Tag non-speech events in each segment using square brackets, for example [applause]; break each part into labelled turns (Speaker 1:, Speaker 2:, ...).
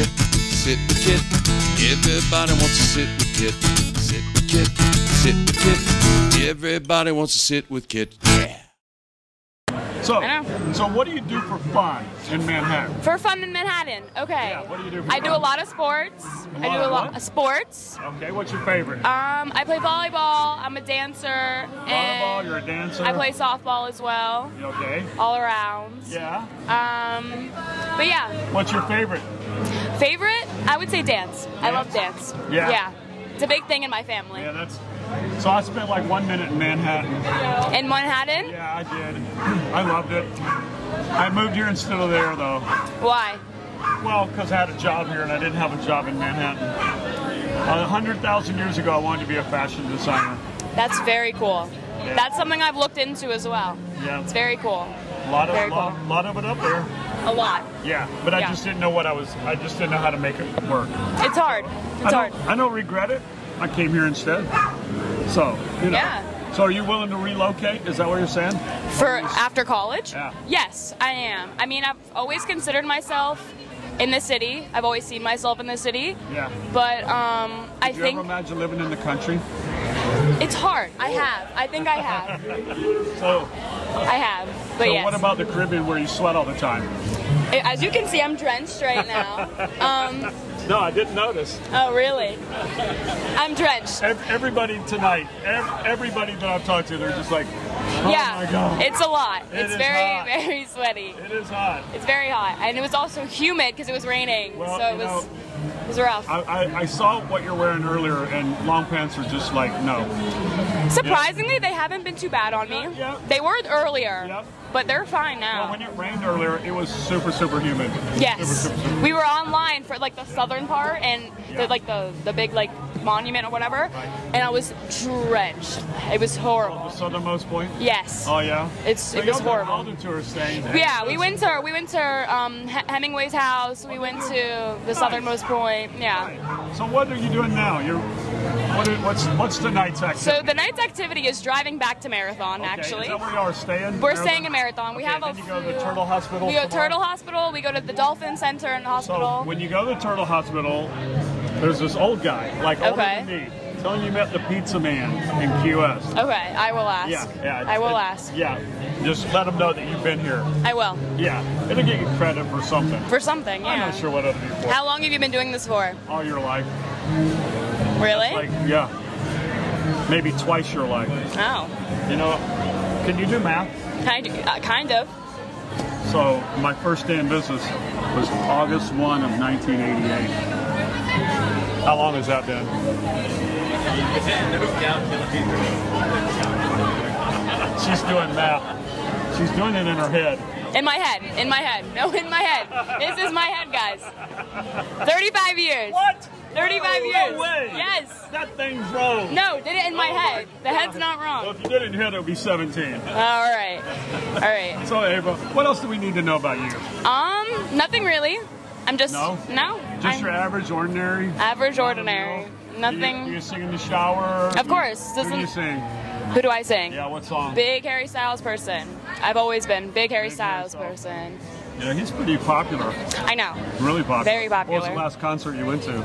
Speaker 1: sit with Kit. Everybody wants to sit with Kit. Sit with Kit. Sit with Kit. Everybody wants to sit with Kit. Yeah.
Speaker 2: So,
Speaker 3: I know.
Speaker 2: so what do you do for fun in Manhattan?
Speaker 3: For fun in Manhattan. Okay.
Speaker 2: Yeah, what do you do for
Speaker 3: I do
Speaker 2: fun?
Speaker 3: a lot of sports. I
Speaker 2: lot
Speaker 3: do a
Speaker 2: of
Speaker 3: lot
Speaker 2: what?
Speaker 3: of sports.
Speaker 2: Okay, what's your favorite?
Speaker 3: Um, I play volleyball. I'm a dancer.
Speaker 2: Volleyball,
Speaker 3: And
Speaker 2: you're a dancer.
Speaker 3: I play softball as well.
Speaker 2: You okay.
Speaker 3: All around.
Speaker 2: Yeah.
Speaker 3: Um, but yeah,
Speaker 2: What's your favorite?
Speaker 3: favorite? I would say dance. I love
Speaker 2: Dance?
Speaker 3: dance.
Speaker 2: Yeah.
Speaker 3: Yeah. It's a big thing in my family.
Speaker 2: Yeah, that's. So I spent like one minute in Manhattan.
Speaker 3: In Manhattan?
Speaker 2: Yeah, I did. I loved it. I moved here instead of there though.
Speaker 3: Why?
Speaker 2: Well, because I had a job here and I didn't have a job in Manhattan. A hundred thousand years ago, I wanted to be a fashion designer.
Speaker 3: That's very cool. That's something I've looked into as well.
Speaker 2: Yeah.
Speaker 3: It's very cool.
Speaker 2: A lot of
Speaker 3: Very
Speaker 2: lot,
Speaker 3: cool.
Speaker 2: lot of it up there.
Speaker 3: A lot.
Speaker 2: Yeah, but I
Speaker 3: Yeah.
Speaker 2: just didn't know what I was. I just didn't know how to make it work.
Speaker 3: It's hard.
Speaker 2: I
Speaker 3: It's hard.
Speaker 2: don't, I don't regret it. I came here instead. So, you know.
Speaker 3: Yeah.
Speaker 2: So, are you willing to relocate? Is that what you're saying?
Speaker 3: For after college?
Speaker 2: Yeah.
Speaker 3: Yes, I am. I mean, I've always considered myself in the city. I've always seen myself in the city.
Speaker 2: Yeah.
Speaker 3: But um, I
Speaker 2: Do you ever
Speaker 3: think
Speaker 2: imagine living in the country?
Speaker 3: it's hard. I have. I think I have.
Speaker 2: So,
Speaker 3: I have. But
Speaker 2: so
Speaker 3: yes.
Speaker 2: what about the Caribbean where you sweat all the time?
Speaker 3: As you can see, I'm drenched
Speaker 2: [laughs]
Speaker 3: right now. Um,
Speaker 2: No, I didn't notice.
Speaker 3: oh, really? I'm drenched.
Speaker 2: Ev- Everybody tonight, ev- everybody that I've talked to, they're just like, oh
Speaker 3: yeah.
Speaker 2: my god,
Speaker 3: It's a lot.
Speaker 2: It
Speaker 3: it's
Speaker 2: is
Speaker 3: very,
Speaker 2: hot.
Speaker 3: [laughs] very sweaty.
Speaker 2: it is hot.
Speaker 3: It's very hot, and it was also humid because it was raining.
Speaker 2: Well,
Speaker 3: so it
Speaker 2: you
Speaker 3: was,
Speaker 2: know-
Speaker 3: it was rough.
Speaker 2: I, I, I saw what you're wearing earlier, and long pants are just like no.
Speaker 3: Surprisingly, they haven't been too bad on me.
Speaker 2: Yeah.
Speaker 3: They were earlier,
Speaker 2: Yep.
Speaker 3: but they're fine
Speaker 2: Well,
Speaker 3: now.
Speaker 2: when it rained earlier, it was super super humid.
Speaker 3: yes,
Speaker 2: Super, super, super.
Speaker 3: we were online for like the southern part and
Speaker 2: Yeah.
Speaker 3: the, like the the big like monument or whatever, and I was drenched. It was
Speaker 2: The
Speaker 3: horrible.
Speaker 2: southernmost point.
Speaker 3: Yes.
Speaker 2: Oh yeah.
Speaker 3: It's-
Speaker 2: so
Speaker 3: it was
Speaker 2: y'all got
Speaker 3: horrible.
Speaker 2: All the tourists staying. there.
Speaker 3: yeah, we went to we went to um, H- Hemingway's house. We went to the southernmost point. Yeah.
Speaker 2: So what are you doing now? You're what are, what's what's the night's activity?
Speaker 3: So the night's activity is driving back to Marathon.
Speaker 2: Okay,
Speaker 3: actually,
Speaker 2: is that where y'all are staying?
Speaker 3: We're
Speaker 2: Marathon?
Speaker 3: staying in Marathon. We
Speaker 2: Okay,
Speaker 3: have a
Speaker 2: then you go to
Speaker 3: few-
Speaker 2: the Turtle Hospital.
Speaker 3: We go to
Speaker 2: tomorrow?
Speaker 3: Turtle Hospital. We go to the Dolphin Center and
Speaker 2: So
Speaker 3: hospital.
Speaker 2: when you go to the Turtle Hospital, there's this old guy, like older
Speaker 3: Okay.
Speaker 2: than me, telling you met the pizza man in QS.
Speaker 3: okay, I will ask.
Speaker 2: Yeah, yeah.
Speaker 3: I will
Speaker 2: it-
Speaker 3: ask.
Speaker 2: Yeah, just let them know that you've been here.
Speaker 3: I will
Speaker 2: Yeah, it'll get you credit for something.
Speaker 3: for something. Yeah.
Speaker 2: I'm not sure what it'll be for.
Speaker 3: How long have you been doing this for?
Speaker 2: All your life,
Speaker 3: Really?
Speaker 2: like yeah, maybe twice your life.
Speaker 3: oh,
Speaker 2: You know, can you do math?
Speaker 3: kind of, uh, kind of.
Speaker 2: So my first day in business was August 1 of 1988. How long has that been? She's doing math. She's doing it in her head.
Speaker 3: In my head. In my head. No, in my head. This is my head, guys. Thirty-five years.
Speaker 2: What?
Speaker 3: 35
Speaker 2: no,
Speaker 3: years.
Speaker 2: No way.
Speaker 3: Yes.
Speaker 2: That thing's wrong.
Speaker 3: No, did it in
Speaker 2: Oh
Speaker 3: my head. The head's not
Speaker 2: Well,
Speaker 3: wrong.
Speaker 2: if you did it in your head, it would be 17.
Speaker 3: All right. All right.
Speaker 2: So, Ava, what else do we need to know about you?
Speaker 3: Um, nothing really. I'm just
Speaker 2: No?
Speaker 3: No.
Speaker 2: Just
Speaker 3: I'm
Speaker 2: your average, ordinary?
Speaker 3: average, ordinary.
Speaker 2: Do you-
Speaker 3: Nothing.
Speaker 2: Do you, sing in the shower?
Speaker 3: Of course,
Speaker 2: Who do you
Speaker 3: doesn't-
Speaker 2: sing?
Speaker 3: Who do I sing?
Speaker 2: Yeah, what song?
Speaker 3: Big Harry Styles person. I've always been big Harry
Speaker 2: Big Harry
Speaker 3: Styles
Speaker 2: Styles.
Speaker 3: person.
Speaker 2: Yeah, he's pretty popular.
Speaker 3: I know.
Speaker 2: Really popular.
Speaker 3: Very
Speaker 2: What was the
Speaker 3: popular.
Speaker 2: last concert you went to?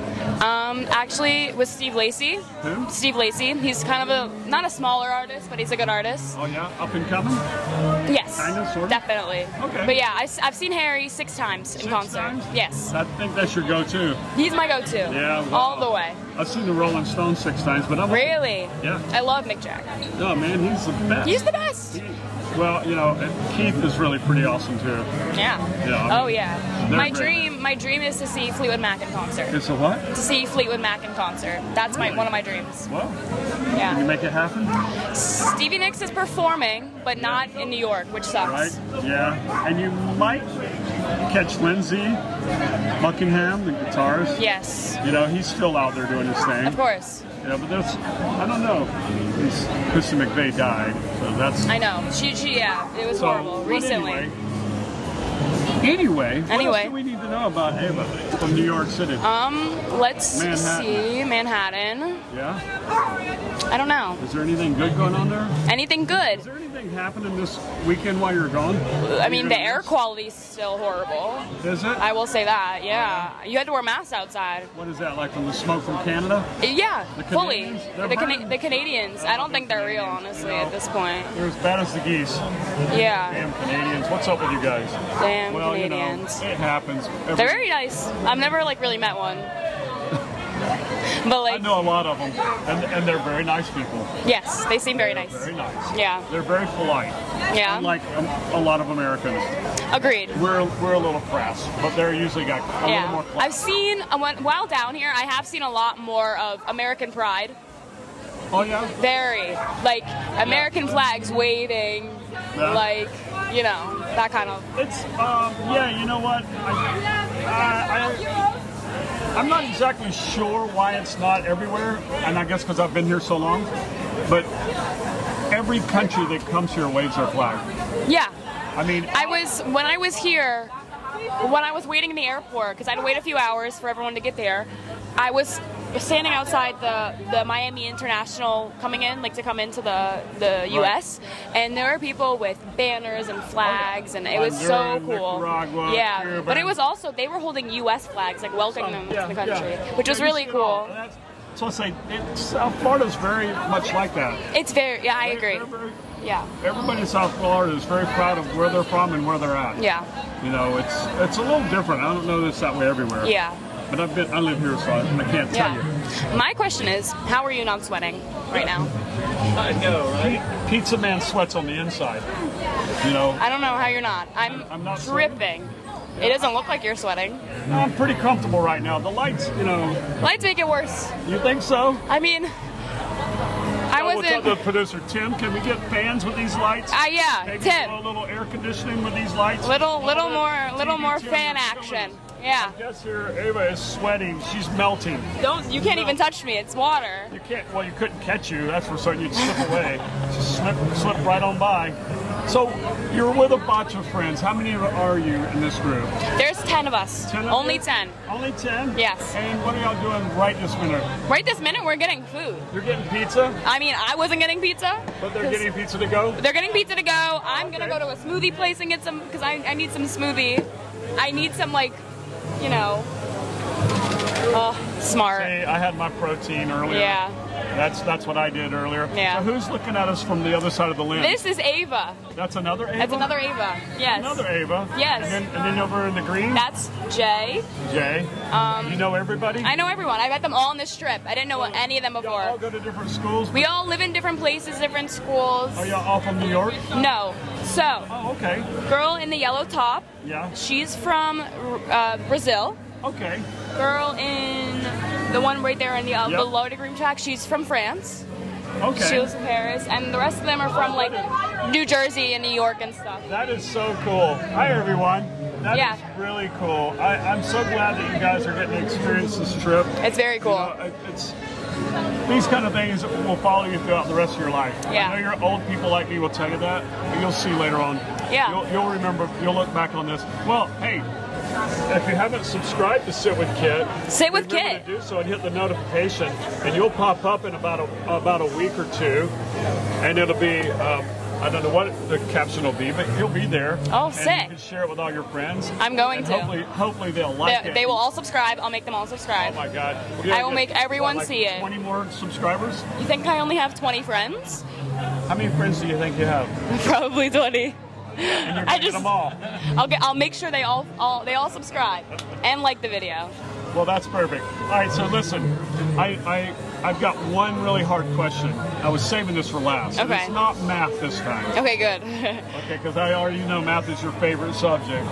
Speaker 3: Um, actually, with Steve Lacy.
Speaker 2: Who?
Speaker 3: Steve Lacy. He's kind of a not a smaller artist, but he's a good artist.
Speaker 2: Oh yeah, up and coming.
Speaker 3: Yes.
Speaker 2: Kind of, sort of?
Speaker 3: Definitely.
Speaker 2: Okay.
Speaker 3: But yeah, I, have seen Harry six times in
Speaker 2: Six
Speaker 3: concert.
Speaker 2: times?
Speaker 3: Yes.
Speaker 2: I think that's your go-to.
Speaker 3: He's my go-to.
Speaker 2: Yeah. wow.
Speaker 3: All the way.
Speaker 2: I've seen the Rolling Stones six times, but I'm
Speaker 3: Really.
Speaker 2: Yeah.
Speaker 3: I love Mick Jagger.
Speaker 2: no man, he's the best.
Speaker 3: He's the best.
Speaker 2: He- well, you know, Keith is really pretty awesome too.
Speaker 3: Yeah.
Speaker 2: Yeah, I mean,
Speaker 3: oh yeah.
Speaker 2: they're
Speaker 3: My
Speaker 2: great.
Speaker 3: dream, my dream is to see Fleetwood Mac in concert.
Speaker 2: It's a what?
Speaker 3: To see Fleetwood Mac in concert. That's my
Speaker 2: Really?
Speaker 3: one of my dreams.
Speaker 2: Well,
Speaker 3: Yeah.
Speaker 2: you make it happen,
Speaker 3: Stevie Nicks is performing, but not in New York, which
Speaker 2: right?
Speaker 3: sucks.
Speaker 2: Yeah, and you might catch Lindsey Buckingham, the guitarist.
Speaker 3: Yes,
Speaker 2: You know, he's still out there doing his thing.
Speaker 3: of course.
Speaker 2: Yeah, but that's I don't know. He's, Christy McVeigh died, so that's
Speaker 3: I know. She, she, yeah, it was
Speaker 2: so,
Speaker 3: horrible
Speaker 2: but
Speaker 3: recently.
Speaker 2: Anyway, anyway, what
Speaker 3: Anyway.
Speaker 2: else do we need to know about Ava from New York City?
Speaker 3: Um, let's
Speaker 2: Manhattan.
Speaker 3: see Manhattan.
Speaker 2: yeah,
Speaker 3: I don't know
Speaker 2: is there anything good going on there?
Speaker 3: anything
Speaker 2: Is
Speaker 3: good.
Speaker 2: there anything anything happening this weekend while you're gone?
Speaker 3: I mean, the air quality's still horrible.
Speaker 2: Is it?
Speaker 3: I will say that, yeah. You had to wear masks outside.
Speaker 2: what is that, like from the smoke from Canada?
Speaker 3: Yeah,
Speaker 2: The
Speaker 3: fully.
Speaker 2: Canadians? They're
Speaker 3: The, Cana-
Speaker 2: burning.
Speaker 3: the Canadians. I don't think they're real, honestly, at this point.
Speaker 2: They're as bad as the geese.
Speaker 3: Yeah,
Speaker 2: Damn Canadians. What's up with you guys?
Speaker 3: damn
Speaker 2: well,
Speaker 3: Canadians.
Speaker 2: you know, it happens. Every-
Speaker 3: They're very nice. I've never like really
Speaker 2: [laughs]
Speaker 3: met one, but
Speaker 2: I
Speaker 3: like,
Speaker 2: know a lot of them, and, and they're very nice people.
Speaker 3: yes, they seem very
Speaker 2: They're
Speaker 3: nice.
Speaker 2: Very nice.
Speaker 3: Yeah.
Speaker 2: They're very polite.
Speaker 3: Yeah,
Speaker 2: Unlike um, a lot of Americans,
Speaker 3: agreed.
Speaker 2: we're we're a little crass, but they're usually got a little
Speaker 3: Yeah,
Speaker 2: more.
Speaker 3: I've
Speaker 2: Class.
Speaker 3: seen I went- while down here. I have seen a lot more of American pride.
Speaker 2: Oh yeah.
Speaker 3: Very like American flags waving,
Speaker 2: Yeah.
Speaker 3: like you know that kind of.
Speaker 2: It's um yeah. You know what? I, I, I I'm not exactly sure why it's not everywhere, and I guess because I've been here so long, but every country that comes here waves their flag.
Speaker 3: Yeah,
Speaker 2: I mean,
Speaker 3: I was when I was here, when I was waiting in the airport because I'd wait a few hours for everyone to get there. I was standing outside the, the Miami International coming in, like to come into the the U.S. And there were people with banners and flags, and it was so
Speaker 2: Honduran,
Speaker 3: cool.
Speaker 2: Nicaragua,
Speaker 3: yeah,
Speaker 2: Cuba.
Speaker 3: but it was also they were holding U.S. flags, like welcoming them
Speaker 2: um, Yeah,
Speaker 3: to the country,
Speaker 2: yeah.
Speaker 3: which was
Speaker 2: Yeah, you
Speaker 3: really
Speaker 2: see it all.
Speaker 3: cool.
Speaker 2: And that's- So I say, it, South Florida's very much like that.
Speaker 3: It's very yeah, I
Speaker 2: They're-
Speaker 3: agree.
Speaker 2: they're very-
Speaker 3: Yeah,
Speaker 2: Everybody in South Florida is very proud of where they're from and where they're at.
Speaker 3: yeah,
Speaker 2: You know, it's it's a little different. I don't know this that way everywhere.
Speaker 3: yeah,
Speaker 2: But I've been I live here, so I, I can't tell you.
Speaker 3: yeah. My question is, how are you not sweating right now?
Speaker 2: I know, right? Pizza man sweats on the inside. You know,
Speaker 3: I don't know how you're not. I'm,
Speaker 2: I'm not
Speaker 3: dripping. It doesn't look like you're sweating.
Speaker 2: I'm pretty comfortable right now. The lights, you know,
Speaker 3: Lights make it worse.
Speaker 2: you think so?
Speaker 3: I mean, I
Speaker 2: Oh, What's up,
Speaker 3: wasn't.
Speaker 2: the producer Tim? Can we get fans with these lights?
Speaker 3: Ah, yeah,
Speaker 2: Maybe
Speaker 3: Tim.
Speaker 2: A little air conditioning with these lights.
Speaker 3: Little, little
Speaker 2: Oh,
Speaker 3: more, little
Speaker 2: TV
Speaker 3: more
Speaker 2: channel
Speaker 3: fan
Speaker 2: is
Speaker 3: action.
Speaker 2: showing us.
Speaker 3: Yeah.
Speaker 2: I guess here Ava is sweating. She's melting.
Speaker 3: Don't. You can't
Speaker 2: No.
Speaker 3: even touch me. It's water.
Speaker 2: You can't. Well, you couldn't catch you. That's for certain. You'd slip away. Just slip, slip right on by. So you're with a bunch of friends. How many are you in this group?
Speaker 3: There's ten of us.
Speaker 2: Ten of
Speaker 3: Only
Speaker 2: you?
Speaker 3: ten.
Speaker 2: Only ten.
Speaker 3: Yes.
Speaker 2: And what are y'all doing right this minute?
Speaker 3: Right this minute, we're getting food.
Speaker 2: You're getting pizza,
Speaker 3: I mean, I wasn't getting pizza.
Speaker 2: but they're
Speaker 3: 'cause
Speaker 2: getting pizza to go.
Speaker 3: They're getting pizza to go. I'm gonna
Speaker 2: Okay.
Speaker 3: go to a smoothie place and get some because I, I need some smoothie. I need some like, you know, oh, smart.
Speaker 2: Hey, I had my protein earlier.
Speaker 3: Yeah.
Speaker 2: That's that's what I did earlier.
Speaker 3: Yeah.
Speaker 2: So who's looking at us from the other side of the lens?
Speaker 3: This is Ava.
Speaker 2: That's another Ava.
Speaker 3: That's another Ava. Yes.
Speaker 2: Another Ava.
Speaker 3: Yes.
Speaker 2: And then, and then over in the green,
Speaker 3: That's Jay.
Speaker 2: Jay. Um, you know everybody.
Speaker 3: I know everyone. I met them all on this trip. I didn't know any of them
Speaker 2: Y'all all
Speaker 3: before.
Speaker 2: go to different schools.
Speaker 3: We all live in different places, different schools.
Speaker 2: Are y'all all from New York?
Speaker 3: No. So,
Speaker 2: Oh, okay.
Speaker 3: girl in the yellow top,
Speaker 2: Yeah.
Speaker 3: she's from uh, Brazil.
Speaker 2: Okay.
Speaker 3: Girl in the one right there in the uh,
Speaker 2: Yep.
Speaker 3: the loaded room track, she's from France.
Speaker 2: Okay.
Speaker 3: She was from Paris, and the rest of them are from like New Jersey and New York and stuff.
Speaker 2: that is so cool. Hi, everyone. That is
Speaker 3: Yeah.
Speaker 2: really cool. I, I'm so glad that you guys are getting to experience this trip.
Speaker 3: It's very cool.
Speaker 2: You know, it- it's these kind of things will follow you throughout the rest of your life.
Speaker 3: Yeah.
Speaker 2: I know your old people like me will tell you that. But you'll see later on.
Speaker 3: Yeah.
Speaker 2: You'll, you'll remember. You'll look back on this. Well, hey, if you haven't subscribed to Sit with Kit,
Speaker 3: Sit with
Speaker 2: remember
Speaker 3: Kit.
Speaker 2: to do so and hit the notification, and you'll pop up in about a about a week or two, and it'll be. Um, I don't know what the caption will be, but you'll be there.
Speaker 3: Oh,
Speaker 2: and
Speaker 3: sick.
Speaker 2: You can share it with all your friends.
Speaker 3: I'm going
Speaker 2: and
Speaker 3: to.
Speaker 2: Hopefully, hopefully they'll like
Speaker 3: They,
Speaker 2: it.
Speaker 3: they will all subscribe. I'll make them all
Speaker 2: Oh
Speaker 3: subscribe.
Speaker 2: my God!
Speaker 3: I will make everyone
Speaker 2: What, like
Speaker 3: see it.
Speaker 2: Twenty more subscribers.
Speaker 3: You think I only have 20 friends?
Speaker 2: How many friends do you think you have?
Speaker 3: Probably 20.
Speaker 2: And you're
Speaker 3: [laughs] I
Speaker 2: gonna get
Speaker 3: just-
Speaker 2: them all.
Speaker 3: I'll get. I'll make sure they all, all they all subscribe and like the video.
Speaker 2: Well, that's perfect. All right, so listen, I, I I've got one really hard question. I was saving this for last. and
Speaker 3: Okay.
Speaker 2: It's not math this time.
Speaker 3: Okay, good.
Speaker 2: Okay, because I already know math is your favorite subject.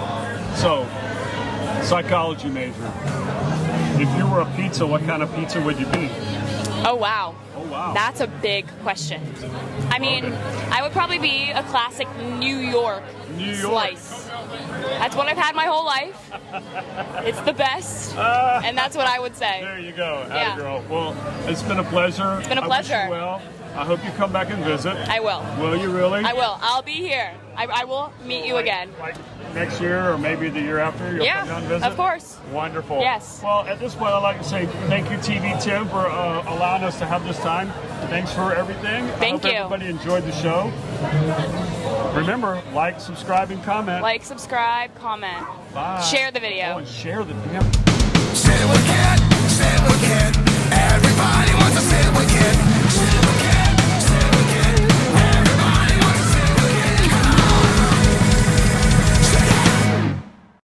Speaker 2: So, psychology major. If you were a pizza, what kind of pizza would you be?
Speaker 3: [laughs] oh wow,
Speaker 2: Oh wow.
Speaker 3: that's a big question. I mean, I would probably be a classic New York
Speaker 2: New York.
Speaker 3: slice. That's what I've had my whole life. It's the best,
Speaker 2: Uh.
Speaker 3: and that's what I would say.
Speaker 2: There you go,
Speaker 3: Yeah.
Speaker 2: girl. Well, it's been a pleasure. It's
Speaker 3: been a
Speaker 2: I wish
Speaker 3: pleasure.
Speaker 2: you well, I hope you come back and visit.
Speaker 3: I will.
Speaker 2: Will you really?
Speaker 3: I will. I'll be here. I, I will meet you
Speaker 2: Like-
Speaker 3: again.
Speaker 2: Like next year or maybe the year after? You'll
Speaker 3: Yeah,
Speaker 2: come down and visit?
Speaker 3: of course.
Speaker 2: Wonderful.
Speaker 3: Yes.
Speaker 2: Well, at this point, I'd like to say thank you, TV10, for uh, allowing us to have this time. Thanks for everything. I
Speaker 3: Thank
Speaker 2: hope
Speaker 3: you.
Speaker 2: Everybody enjoyed the show. Remember, like, subscribe, and comment.
Speaker 3: Like, subscribe, comment,
Speaker 2: Bye.
Speaker 3: share the video.
Speaker 2: Oh, and share the damn.